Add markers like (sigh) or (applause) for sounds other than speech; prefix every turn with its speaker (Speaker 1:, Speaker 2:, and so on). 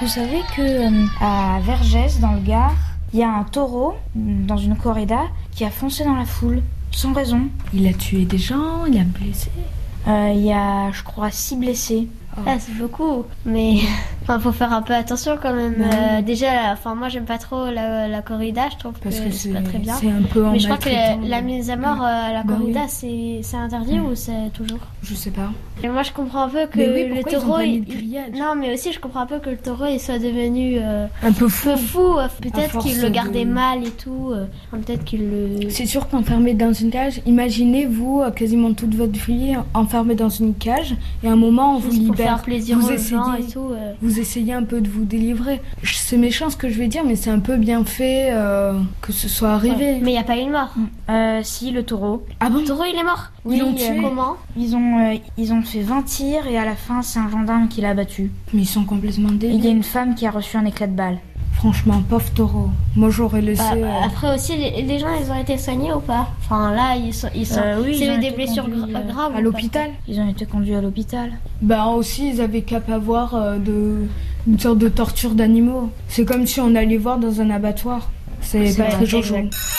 Speaker 1: Vous savez que euh, à Vergès, dans le Gard, il y a un taureau mm, dans une corrida qui a foncé dans la foule sans raison.
Speaker 2: Il a tué des gens, il a blessé.
Speaker 1: Euh, Il y a, je crois, six blessés.
Speaker 3: Ah, c'est beaucoup, mais (laughs) enfin, faut faire un peu attention quand même.
Speaker 2: Ouais.
Speaker 3: Euh, déjà, la- enfin, moi j'aime pas trop la, la corrida, je trouve
Speaker 2: Parce que, c'est
Speaker 3: c'est pas très bien.
Speaker 2: Euh, c'est un peu en
Speaker 3: Mais je crois que la,
Speaker 2: maltraitant.
Speaker 3: la mise à mort euh, à la
Speaker 2: Bah oui.
Speaker 3: corrida, c'est- c'est interdit ou c'est toujours
Speaker 2: Je sais pas.
Speaker 3: Et moi je comprends un peu que
Speaker 2: Mais oui,
Speaker 3: le
Speaker 2: pourquoi ils ont
Speaker 3: taureau.
Speaker 2: pas mis
Speaker 3: il-
Speaker 2: de grillage
Speaker 3: Non, mais aussi je comprends un peu que le taureau il soit devenu euh,
Speaker 2: Un peu
Speaker 3: peu fou. euh, Peut-être
Speaker 2: force
Speaker 3: qu'il le
Speaker 2: de-
Speaker 3: gardait mal et tout. euh, enfin, Peut-être qu'il le.
Speaker 2: C'est sûr qu'enfermé dans une cage, imaginez-vous euh, quasiment toute votre vie enfermé dans une cage et à un moment on vous
Speaker 3: Juste pour
Speaker 2: libère.
Speaker 3: faire plaisir
Speaker 2: vous
Speaker 3: aux gens
Speaker 2: essayez-
Speaker 3: et tout. euh.
Speaker 2: Vous essayez un peu de vous délivrer. Je- C'est méchant ce que je vais dire, mais c'est un peu bien fait euh, que ce soit arrivé.
Speaker 3: Mais il n'y a pas eu de mort.
Speaker 1: Euh, si, le taureau.
Speaker 2: Ah bon
Speaker 3: Le taureau il est mort.
Speaker 2: Ils l'ont
Speaker 3: euh,
Speaker 2: tué.
Speaker 3: Comment
Speaker 1: Ils ont, euh, ils ont fait 20 tirs et à la fin, c'est un gendarme qui l'a battu.
Speaker 2: Mais ils sont complètement
Speaker 1: Et il y a
Speaker 2: déliés.
Speaker 1: une femme qui a reçu un éclat de balle.
Speaker 2: Franchement, pauvre taureau. Moi j'aurais laissé.
Speaker 3: Bah,
Speaker 2: euh,
Speaker 3: Après aussi, les, les gens, ils ont été soignés ou pas Enfin, là, ils sont. Ils sont...
Speaker 1: Euh, oui, ils
Speaker 3: c'est
Speaker 1: ont
Speaker 3: des
Speaker 1: été
Speaker 3: blessures gra-
Speaker 1: conduits, euh,
Speaker 3: graves. ou
Speaker 2: à l'hôpital
Speaker 3: pas
Speaker 1: Ils ont été conduits à l'hôpital.
Speaker 2: Bah aussi, ils avaient qu'à pas voir euh, de... une sorte de torture d'animaux. C'est comme si on allait voir dans un abattoir. C'est
Speaker 1: C'est
Speaker 2: pas
Speaker 1: vrai,
Speaker 2: très jojo.
Speaker 1: exact.